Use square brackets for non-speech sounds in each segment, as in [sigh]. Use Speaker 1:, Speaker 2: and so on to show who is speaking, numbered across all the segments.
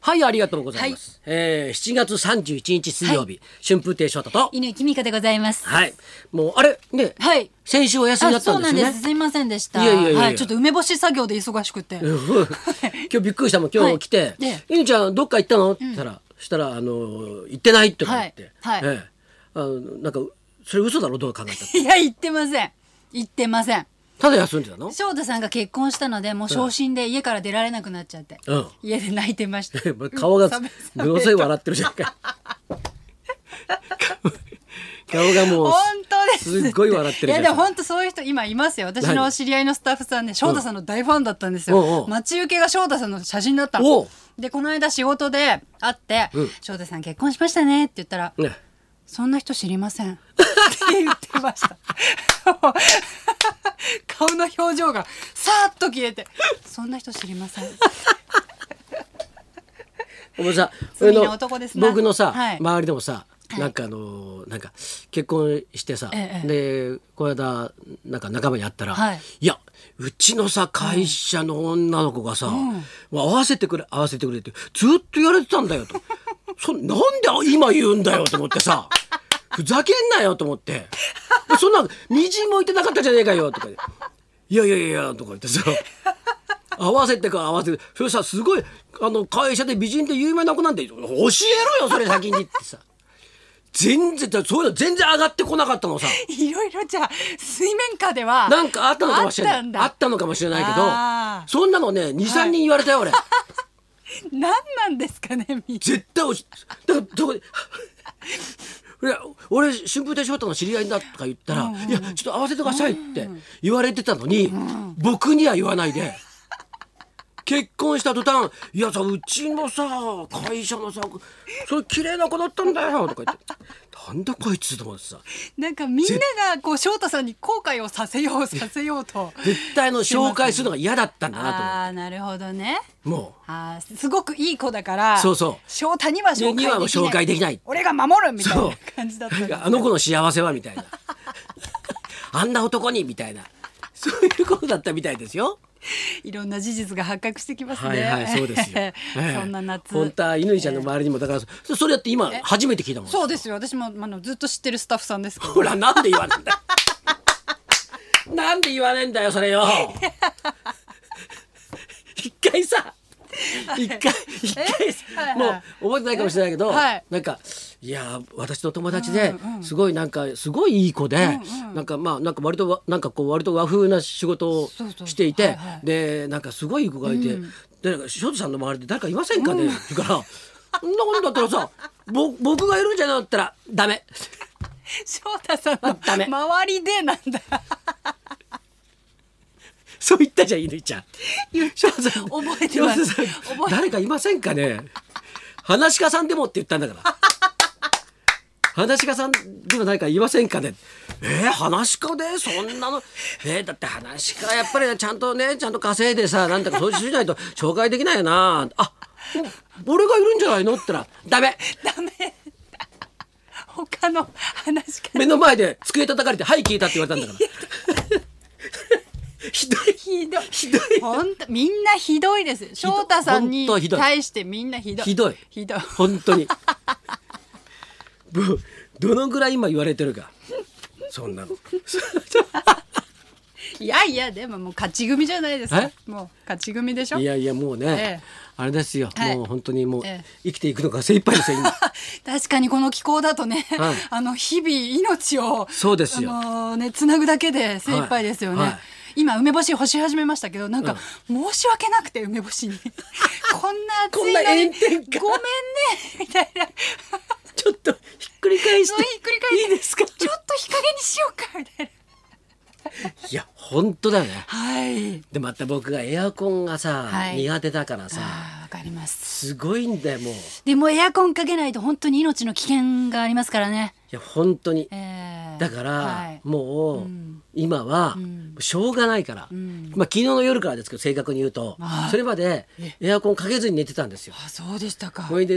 Speaker 1: はい、ありがとうございます。えー、7月31日水曜日、春風亭昇太と、
Speaker 2: 犬君香でございます。
Speaker 1: はい、もう、あれ、ね、
Speaker 2: はい
Speaker 1: 先週お休みだ
Speaker 2: あ、
Speaker 1: った
Speaker 2: そうん
Speaker 1: ですよ
Speaker 2: なんで
Speaker 1: ね。
Speaker 2: す。すいませんでした。
Speaker 1: いやいやいやいや
Speaker 2: はい、ちょっと梅干し作業で忙しくて。
Speaker 1: うん [laughs] 今日びっくりしたもん今日来て「
Speaker 2: はいえ
Speaker 1: ゆ、うちゃんどっか行ったの?」って言ったら、したら、あの「行ってない」って言って、
Speaker 2: はいはい
Speaker 1: ええあのなんかそれ嘘だろどう考えたって
Speaker 2: いや、言ってません。言ってません。
Speaker 1: ただ休んでたの
Speaker 2: 翔太さんが結婚したので、もう昇進で家から出られなくなっちゃって。
Speaker 1: うん。
Speaker 2: 家で泣いてました
Speaker 1: [laughs] 顔が
Speaker 2: うん
Speaker 1: ものすごい笑ってるじゃん
Speaker 2: [laughs]
Speaker 1: か顔がもう
Speaker 2: 本当ですって。
Speaker 1: すっごい笑ってる
Speaker 2: い
Speaker 1: じゃ
Speaker 2: や
Speaker 1: ん
Speaker 2: でも本当そういう人今いますよ。私の知り合いのスタッフさんで翔太さんの大ファンだったんですよ。
Speaker 1: うんおうおう
Speaker 2: 待ち受けが翔太さんの写真だった
Speaker 1: おう
Speaker 2: の。でこの間仕事で会って、
Speaker 1: うん
Speaker 2: 翔太さん結婚しましたねって言ったら、
Speaker 1: ね
Speaker 2: そんな人知りません。 [laughs] って言ってました。 [laughs] 顔の表情がさーっと消えて、そんな人知りませ [laughs] ん。
Speaker 1: お前さ
Speaker 2: 罪
Speaker 1: 俺
Speaker 2: な
Speaker 1: の
Speaker 2: 男ですな
Speaker 1: 僕のさ、
Speaker 2: はい
Speaker 1: 周りでもさ
Speaker 2: はい
Speaker 1: なんかあのーなんか結婚してさ、
Speaker 2: え
Speaker 1: でこの間なんか仲間に会ったら、
Speaker 2: はいい、
Speaker 1: やうちのさ会社の女の子がさ、もう合わせてくれ合わせてくれってずっと言われてたんだよとそなんで今言うんだよと思ってさふざけんなよと思ってでそんなみじんも言ってなかったじゃねえかよとか言っていやいやいやとか言ってさ。合わせてか合わせてそれさすごいあの会社で美人で有名な子なんて教えろよそれ先にってさ全然だそういうの全然上がってこなかったのさ
Speaker 2: いろいろじゃあ水面下では
Speaker 1: なんかあったのかもしれ
Speaker 2: あったん
Speaker 1: ない
Speaker 2: だ
Speaker 1: あったのかもしれないけ
Speaker 2: あ
Speaker 1: ど
Speaker 2: ー
Speaker 1: そんなのね23人言われたよ俺
Speaker 2: 何なんですかねみんな。
Speaker 1: 絶対おし [laughs] だからどこでいや俺春風亭昇太の知り合いだとか言ったら「いやちょっと合わせてください」って言われてたのに、僕には言わないで結婚した途端「いやさうちのさ会社のさそれ綺麗な子だったんだよ」とか
Speaker 2: [laughs]
Speaker 1: 言って「なんだこいつ」と思ってさ
Speaker 2: なんかみんながこう翔太さんに後悔をさせようさせようと。
Speaker 1: 絶 [laughs] 対あの紹介するのが嫌だったんだなと
Speaker 2: ああなるほどね。
Speaker 1: 思っても
Speaker 2: あーすごくいい子だから。
Speaker 1: そうそう
Speaker 2: 翔太には紹介でき
Speaker 1: に
Speaker 2: な。
Speaker 1: はいもう紹介できない
Speaker 2: 俺が守るみたい
Speaker 1: そ
Speaker 2: な
Speaker 1: う
Speaker 2: 感じだったん
Speaker 1: う
Speaker 2: で
Speaker 1: い
Speaker 2: す
Speaker 1: やあの子の幸せはみたいな [laughs] あんな男にみたいなそういうことだったみたいですよ。
Speaker 2: いろんな事実が発覚してきますね。。
Speaker 1: はいはいそうですよ
Speaker 2: [laughs] そんな夏。
Speaker 1: 本当は犬ちゃんの周りにもだからそそれやって今初めて聞いたもん。
Speaker 2: そうですよ。私もあのずっと知ってるスタッフさんですけど。
Speaker 1: ほらなんで言わないんだ。 [laughs] なんで言わないんだよそれよ。 [laughs] 一回さ。一回一回さ
Speaker 2: はいはい
Speaker 1: もう覚えてないかもしれないけど、
Speaker 2: はい
Speaker 1: なんかいやー私の友達ですごいなんかすごいいい子で、なんかまあなんか割とわなんかこう割と和風な仕事を
Speaker 2: そうそう
Speaker 1: していて
Speaker 2: はいはい
Speaker 1: でなんかすごいいい子がいて、でなんか翔太さんの周りで誰かいませんかね、って言うから「そんなことだったらさぼ僕がいるんじゃない?」だったら「ダメ
Speaker 2: 翔太さんの
Speaker 1: ダメ
Speaker 2: 周りでなんだ。
Speaker 1: そう言ったじゃん犬ちゃん。
Speaker 2: 言っ
Speaker 1: 翔太さん
Speaker 2: 覚えてます
Speaker 1: 翔太さん
Speaker 2: 覚え
Speaker 1: 誰かいませんかね話し家さんでもって言ったんだから。 [laughs] 話し家さんでも誰かいませんかねえー、話し家でそんなのえー、だって話し家やっぱりねちゃんとねちゃんと稼いでさなんとかそうしないと [laughs] 紹介できないよなあ俺がいるんじゃないのって言ったら「ダメ
Speaker 2: ダメ。他の話から
Speaker 1: 目の前で机叩かれて「はい聞いた」って言われたんだからひどい
Speaker 2: ひどい。
Speaker 1: ひどい
Speaker 2: 本当みんなひどいです。翔太さんに
Speaker 1: ほんとひどい
Speaker 2: 対してみんなひどい。
Speaker 1: ひどい
Speaker 2: ひどい。
Speaker 1: 本当に [laughs] ぶどのぐらい今言われてるかそんなの
Speaker 2: いやいやでももう勝ち組じゃないですか
Speaker 1: え。
Speaker 2: もう勝ち組でしょ。
Speaker 1: いやいやもうね、
Speaker 2: ええ
Speaker 1: あれですよ、
Speaker 2: はい
Speaker 1: もう本当にもう
Speaker 2: ええ
Speaker 1: 生きていくのが精一杯ですよ
Speaker 2: [laughs]
Speaker 1: 今
Speaker 2: [laughs] 確かにこの気候だとね、
Speaker 1: はい
Speaker 2: あの日々命を
Speaker 1: そうですよ
Speaker 2: あのねつなぐだけで精一杯ですよね。
Speaker 1: はいはい
Speaker 2: 今梅干し干し始めましたけどなんか申し訳なくて梅干しに [laughs] こんな暑いの
Speaker 1: こんな
Speaker 2: に
Speaker 1: 炎天下
Speaker 2: ごめんねみたいな
Speaker 1: ちょっとひっくり返し
Speaker 2: [laughs] そ
Speaker 1: て
Speaker 2: うひっくり返して
Speaker 1: いいですか
Speaker 2: ちょっと日陰にしようかみたいない
Speaker 1: や本当だよね
Speaker 2: はい
Speaker 1: でまた僕がエアコンがさ、
Speaker 2: はい
Speaker 1: 苦手だからさ
Speaker 2: あーわかります
Speaker 1: すごいんだよもうい
Speaker 2: でもエアコンかけないと本当に命の危険がありますからね
Speaker 1: や本当に
Speaker 2: えーはい
Speaker 1: だから、
Speaker 2: はい
Speaker 1: もう、
Speaker 2: ん
Speaker 1: 今は
Speaker 2: ん
Speaker 1: しょうがないから、
Speaker 2: ん
Speaker 1: まあ、昨日の夜からですけど正確に言うと、
Speaker 2: はい
Speaker 1: それまでエアコンかけずに寝てたんですよ。
Speaker 2: あそうでしたか
Speaker 1: それで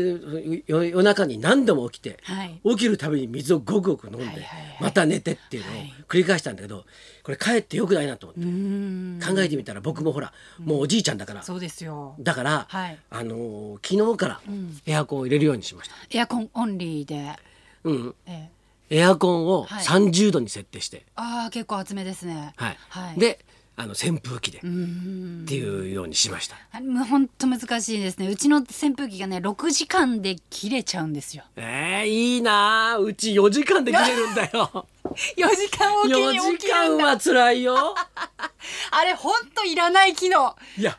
Speaker 1: 夜夜中に何度も起きて、
Speaker 2: はい
Speaker 1: 起きるたびに水をごくごく飲んで、
Speaker 2: はいはいはい
Speaker 1: また寝てっていうのを
Speaker 2: はい
Speaker 1: 繰り返したんだけどこれかえってよくないなと思って、
Speaker 2: うーん
Speaker 1: 考えてみたら僕もほらもうおじいちゃんだから、
Speaker 2: そうですよ
Speaker 1: だから、
Speaker 2: はい
Speaker 1: あのー昨日からエアコンを入れるようにしました。
Speaker 2: エアコンオンリーで、
Speaker 1: うん、
Speaker 2: えー、
Speaker 1: エアコンを
Speaker 2: はい
Speaker 1: 30度に設定して、
Speaker 2: ああ結構厚めですね
Speaker 1: はい
Speaker 2: はい、
Speaker 1: であの扇風機で
Speaker 2: うーん
Speaker 1: っていうようにしました。
Speaker 2: あれもう本当難しいですねうちの扇風機がね6時間で切れちゃうんですよ
Speaker 1: えー、いいなあうち4時間で切れるんだよ
Speaker 2: 4時 [laughs] 間おきに
Speaker 1: 4
Speaker 2: 起き
Speaker 1: 時
Speaker 2: る
Speaker 1: 間
Speaker 2: んだ
Speaker 1: は辛いよ
Speaker 2: あれ本当いらない機能
Speaker 1: いや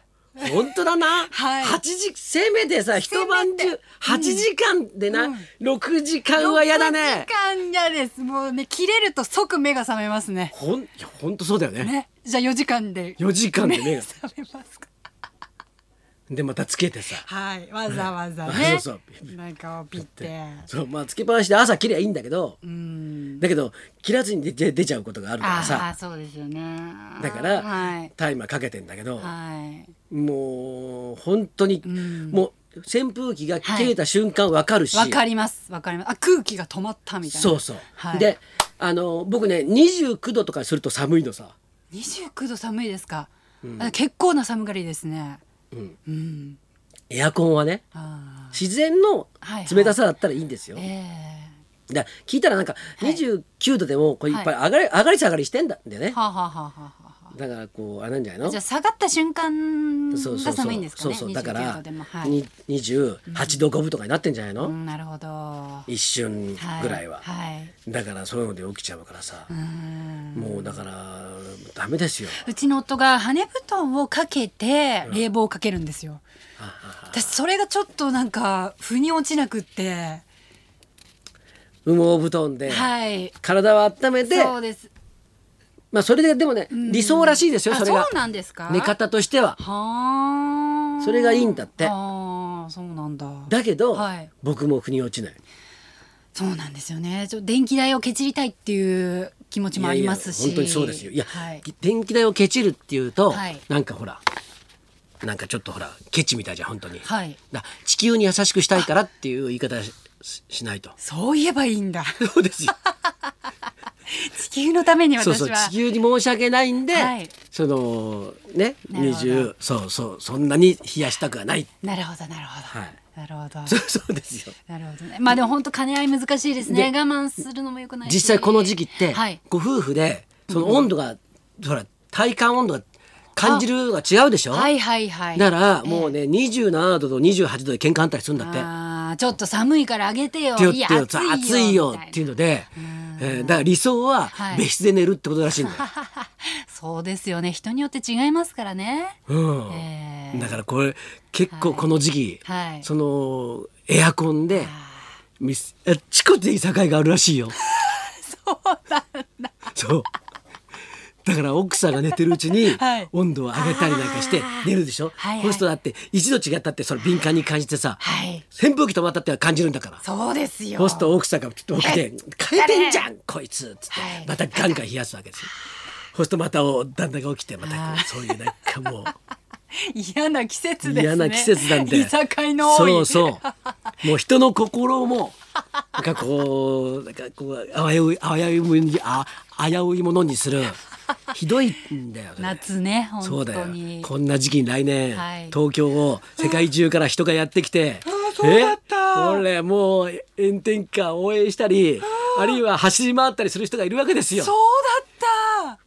Speaker 1: 本当だな、
Speaker 2: はい
Speaker 1: 八時せめてさ一晩
Speaker 2: せめ
Speaker 1: 中
Speaker 2: て
Speaker 1: 8時間で
Speaker 2: うん
Speaker 1: な、六6時間は嫌だ
Speaker 2: 6
Speaker 1: ね
Speaker 2: 時間嫌ですもうね切れると即目が覚めますね
Speaker 1: ほんいや本当そうだよね
Speaker 2: ねじゃあ4時間で
Speaker 1: 4時間で
Speaker 2: 目
Speaker 1: ね
Speaker 2: が覚めますか
Speaker 1: でまたつけて
Speaker 2: [laughs]
Speaker 1: さ
Speaker 2: はいわざわざね、
Speaker 1: あそうそう
Speaker 2: なんかをピッて
Speaker 1: でそうまあつけっぱなしで朝切りゃいいんだけど、
Speaker 2: うん
Speaker 1: だけど切らずに出て出ちゃうことがあるから
Speaker 2: あ
Speaker 1: さ
Speaker 2: あそうですよね
Speaker 1: だから、
Speaker 2: はい
Speaker 1: タイマーかけてんだけど、
Speaker 2: はい
Speaker 1: もう本当に、もう扇風機が切れた瞬間わかるし、
Speaker 2: わかりますわかりますあ空気が止まったみたいな
Speaker 1: そうそう、
Speaker 2: はい、
Speaker 1: であの僕ね29度とかすると寒いのさ、
Speaker 2: 29度寒いですか、あ結構な寒がりですね
Speaker 1: うん、
Speaker 2: うん
Speaker 1: エアコンはね
Speaker 2: あ
Speaker 1: 自然の
Speaker 2: はいはい
Speaker 1: 冷たさだったらいいんですよ、
Speaker 2: ーえ
Speaker 1: だから聞いたらなんか
Speaker 2: い
Speaker 1: 29度でもこれいっぱい上がり,、上がり下がりしてんだんだよ
Speaker 2: え
Speaker 1: ね
Speaker 2: はあ、はあはあはあはあ
Speaker 1: だからこうあれなんじゃないの
Speaker 2: じゃあ下がった瞬間が
Speaker 1: そうそうそう
Speaker 2: 寒いんですか
Speaker 1: そ
Speaker 2: ね
Speaker 1: うそうだから
Speaker 2: 29度でもはい、
Speaker 1: に28度5分とかになってんじゃないの、
Speaker 2: うん、なるほどは
Speaker 1: 一瞬
Speaker 2: い
Speaker 1: ぐらいは、
Speaker 2: はい
Speaker 1: だからそういうので起きちゃうからさ、
Speaker 2: うん
Speaker 1: もうだからダメですよ。
Speaker 2: うちの夫が羽根布団をかけて冷房をかけるんですよ、私それがちょっとなんか腑に落ちなくって
Speaker 1: 羽毛布団で、
Speaker 2: はい
Speaker 1: 体を温めて、
Speaker 2: そうです
Speaker 1: まあそれででもね、理想らしいですよ。
Speaker 2: あ
Speaker 1: それが
Speaker 2: うなんですか
Speaker 1: 寝方としては。
Speaker 2: はあ
Speaker 1: それがいいんだって
Speaker 2: ああそうなんだ
Speaker 1: だけど、
Speaker 2: はい
Speaker 1: 僕も腑に落ちない。
Speaker 2: そうなんですよねちょ電気代をケチりたいっていう気持ちもあります
Speaker 1: い
Speaker 2: し
Speaker 1: やいや本当にそうですよ。いや、
Speaker 2: はい、
Speaker 1: 電気代をケチるっていうと、
Speaker 2: はい
Speaker 1: なんかほら、なんかちょっとほらケチみたいじゃん本当に。
Speaker 2: はい
Speaker 1: だ地球に優しくしたいからっていう言い方しししないと。
Speaker 2: そう言えばいい
Speaker 1: [laughs]
Speaker 2: んだ
Speaker 1: そうですよ。
Speaker 2: 地球のために私
Speaker 1: そう
Speaker 2: は
Speaker 1: そう地球に申し訳ないんで、
Speaker 2: はい
Speaker 1: そのね
Speaker 2: なるほど
Speaker 1: 20そうそうそんなに冷やしたくはない
Speaker 2: [laughs] なるほどなるほど、
Speaker 1: はい
Speaker 2: なるほど
Speaker 1: そうそうですよ
Speaker 2: なるほどねまあでも本当兼ね合い難しいですね我
Speaker 1: で
Speaker 2: 慢するのもよくない
Speaker 1: [laughs]
Speaker 2: し
Speaker 1: 実際この時期って、
Speaker 2: はい
Speaker 1: ご夫婦でその温度が、ほら体感温度が感じるのが違うでしょ、
Speaker 2: はいはいはい
Speaker 1: ならもうね、27度と28度で喧嘩反対するんだって。
Speaker 2: あーちょっと寒いからあげてよ
Speaker 1: ってよっ
Speaker 2: い
Speaker 1: て
Speaker 2: や
Speaker 1: よ暑いよ
Speaker 2: みた
Speaker 1: っ
Speaker 2: な
Speaker 1: ていうので、えーだから理想は
Speaker 2: はい
Speaker 1: 別室で寝るってことらしいんだよ。
Speaker 2: [laughs] そうですよね人によって違いますからね
Speaker 1: うん
Speaker 2: えー
Speaker 1: だからこれ結構この時期、
Speaker 2: はい
Speaker 1: そのエアコンでミスあちこちに境があるらしい
Speaker 2: [laughs]
Speaker 1: よ。そうなんだ。そう。だから奥さんが寝てるうちに
Speaker 2: [laughs] はい
Speaker 1: 温度を上げたりなんかして寝るでしょ。
Speaker 2: はいはい
Speaker 1: そうするとだって一度違ったってそれ敏感に感じてさ、
Speaker 2: はい
Speaker 1: 扇風機止まったっては感じるんだから。
Speaker 2: そうですよ
Speaker 1: そうすると奥さんがちょっと起きて「変えてんじゃんこいつ」っつって
Speaker 2: はい
Speaker 1: またガンガン冷やすわけですよ。そうするとまたお旦那が起きてまたこうそういうなんかもう。
Speaker 2: 嫌な季節ですね
Speaker 1: 嫌な季節なんで
Speaker 2: 居酒屋の多い
Speaker 1: そうそうもう人の心もなんかこうなんかこう危うい危ういにあ危ういものにするひどいんだよそれ
Speaker 2: 夏ね
Speaker 1: そう
Speaker 2: 本
Speaker 1: だよ
Speaker 2: 当に
Speaker 1: こんな時期に来年、
Speaker 2: はい
Speaker 1: 東京を世界中から人がやってきて、そうだった俺もう炎天下応援したりあるいは走り回ったりする人がいるわけですよ
Speaker 2: そうだっ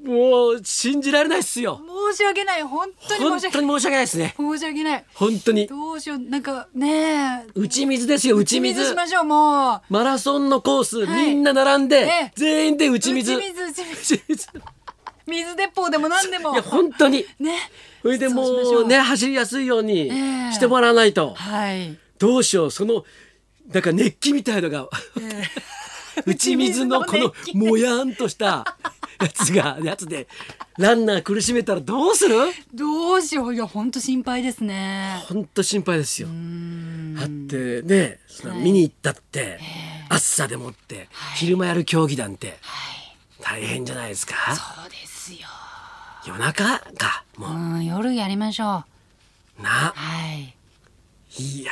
Speaker 1: もう信じられないっすよ
Speaker 2: た申し訳ない本当に
Speaker 1: 本
Speaker 2: 申し
Speaker 1: 当
Speaker 2: 訳
Speaker 1: に
Speaker 2: ない
Speaker 1: 申し訳ないですね
Speaker 2: 申し訳ない
Speaker 1: 本当に
Speaker 2: どうしようなんかねえ
Speaker 1: 打ち水ですよ打ち水
Speaker 2: 打しましょうもう
Speaker 1: マラソンのコース、
Speaker 2: はい
Speaker 1: みんな並んで、
Speaker 2: ええ
Speaker 1: 全員で打ち水。
Speaker 2: 打ち水打ち
Speaker 1: 打
Speaker 2: 水
Speaker 1: ち水
Speaker 2: 水鉄砲でも何でも
Speaker 1: いや本当に。
Speaker 2: ね
Speaker 1: それでも
Speaker 2: そうしましょ
Speaker 1: う
Speaker 2: う
Speaker 1: ね走りやすいように
Speaker 2: ええ
Speaker 1: してもらわないと、
Speaker 2: はい
Speaker 1: どうしようそのなんか熱気みたいのが、打ち水のこの
Speaker 2: 打ち [laughs] 水の熱気
Speaker 1: もやんとしたやつがやつでランナー苦しめたらどうする？
Speaker 2: どうしよういや本当心配ですね
Speaker 1: 本当心配ですよ。あってねその見に行ったって、暑さでもって、昼間やる競技なんて、
Speaker 2: はい
Speaker 1: 大変じゃないですか
Speaker 2: そうですよ。
Speaker 1: 夜中かもう、
Speaker 2: うん、夜やりましょ
Speaker 1: な
Speaker 2: う。はい。
Speaker 1: いやー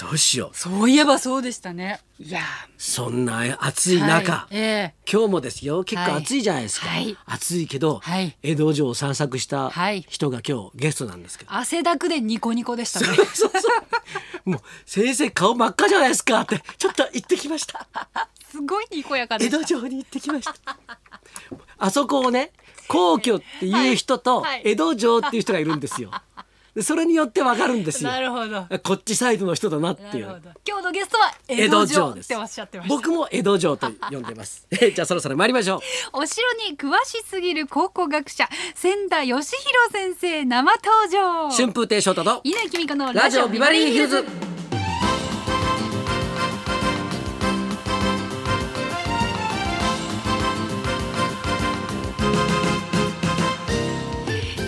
Speaker 1: どうしよう
Speaker 2: そういえばそうでしたね。いや
Speaker 1: そんな暑い中、
Speaker 2: はい、え
Speaker 1: 今日もですよ結構
Speaker 2: はい
Speaker 1: 暑いじゃないですか、
Speaker 2: はい
Speaker 1: 暑いけど、
Speaker 2: はい
Speaker 1: 江戸城を散策した
Speaker 2: はい
Speaker 1: 人が今日ゲストなんですけ
Speaker 2: え
Speaker 1: ど、 [laughs]
Speaker 2: 汗だくでニコニコでしたね。
Speaker 1: そうそうもう先生顔真っ赤じゃないですかってちょっと行ってきました
Speaker 2: [laughs] すごいにこやかで
Speaker 1: 江
Speaker 2: した
Speaker 1: 戸。城に行ってきましたあそこをね皇居っていう人と
Speaker 2: はいはい
Speaker 1: 江戸城っていう人がいるんですよでそれによってわかるんですよ
Speaker 2: なるほど。な
Speaker 1: こっちサイドの人だなってい
Speaker 2: るほ
Speaker 1: う
Speaker 2: ど。今日のゲストは江戸城っておっしゃってました。
Speaker 1: 僕も江戸城と呼んでます
Speaker 2: [laughs]
Speaker 1: じゃあそろそろ参りましょう
Speaker 2: お城に詳しすぎる考古学者千田義弘先生生登場。
Speaker 1: 春風亭昇太と
Speaker 2: 稲木美香の
Speaker 1: ラジオビバリーヒルズ。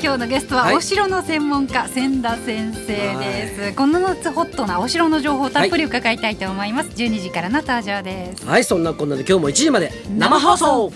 Speaker 2: 今日のゲストは
Speaker 1: はい
Speaker 2: お城の専門家、千田先生です、この夏ホットなお城の情報をたっぷり伺いたいと思います、12時からの登場です
Speaker 1: はいそんなこんなで今日も1時まで生放送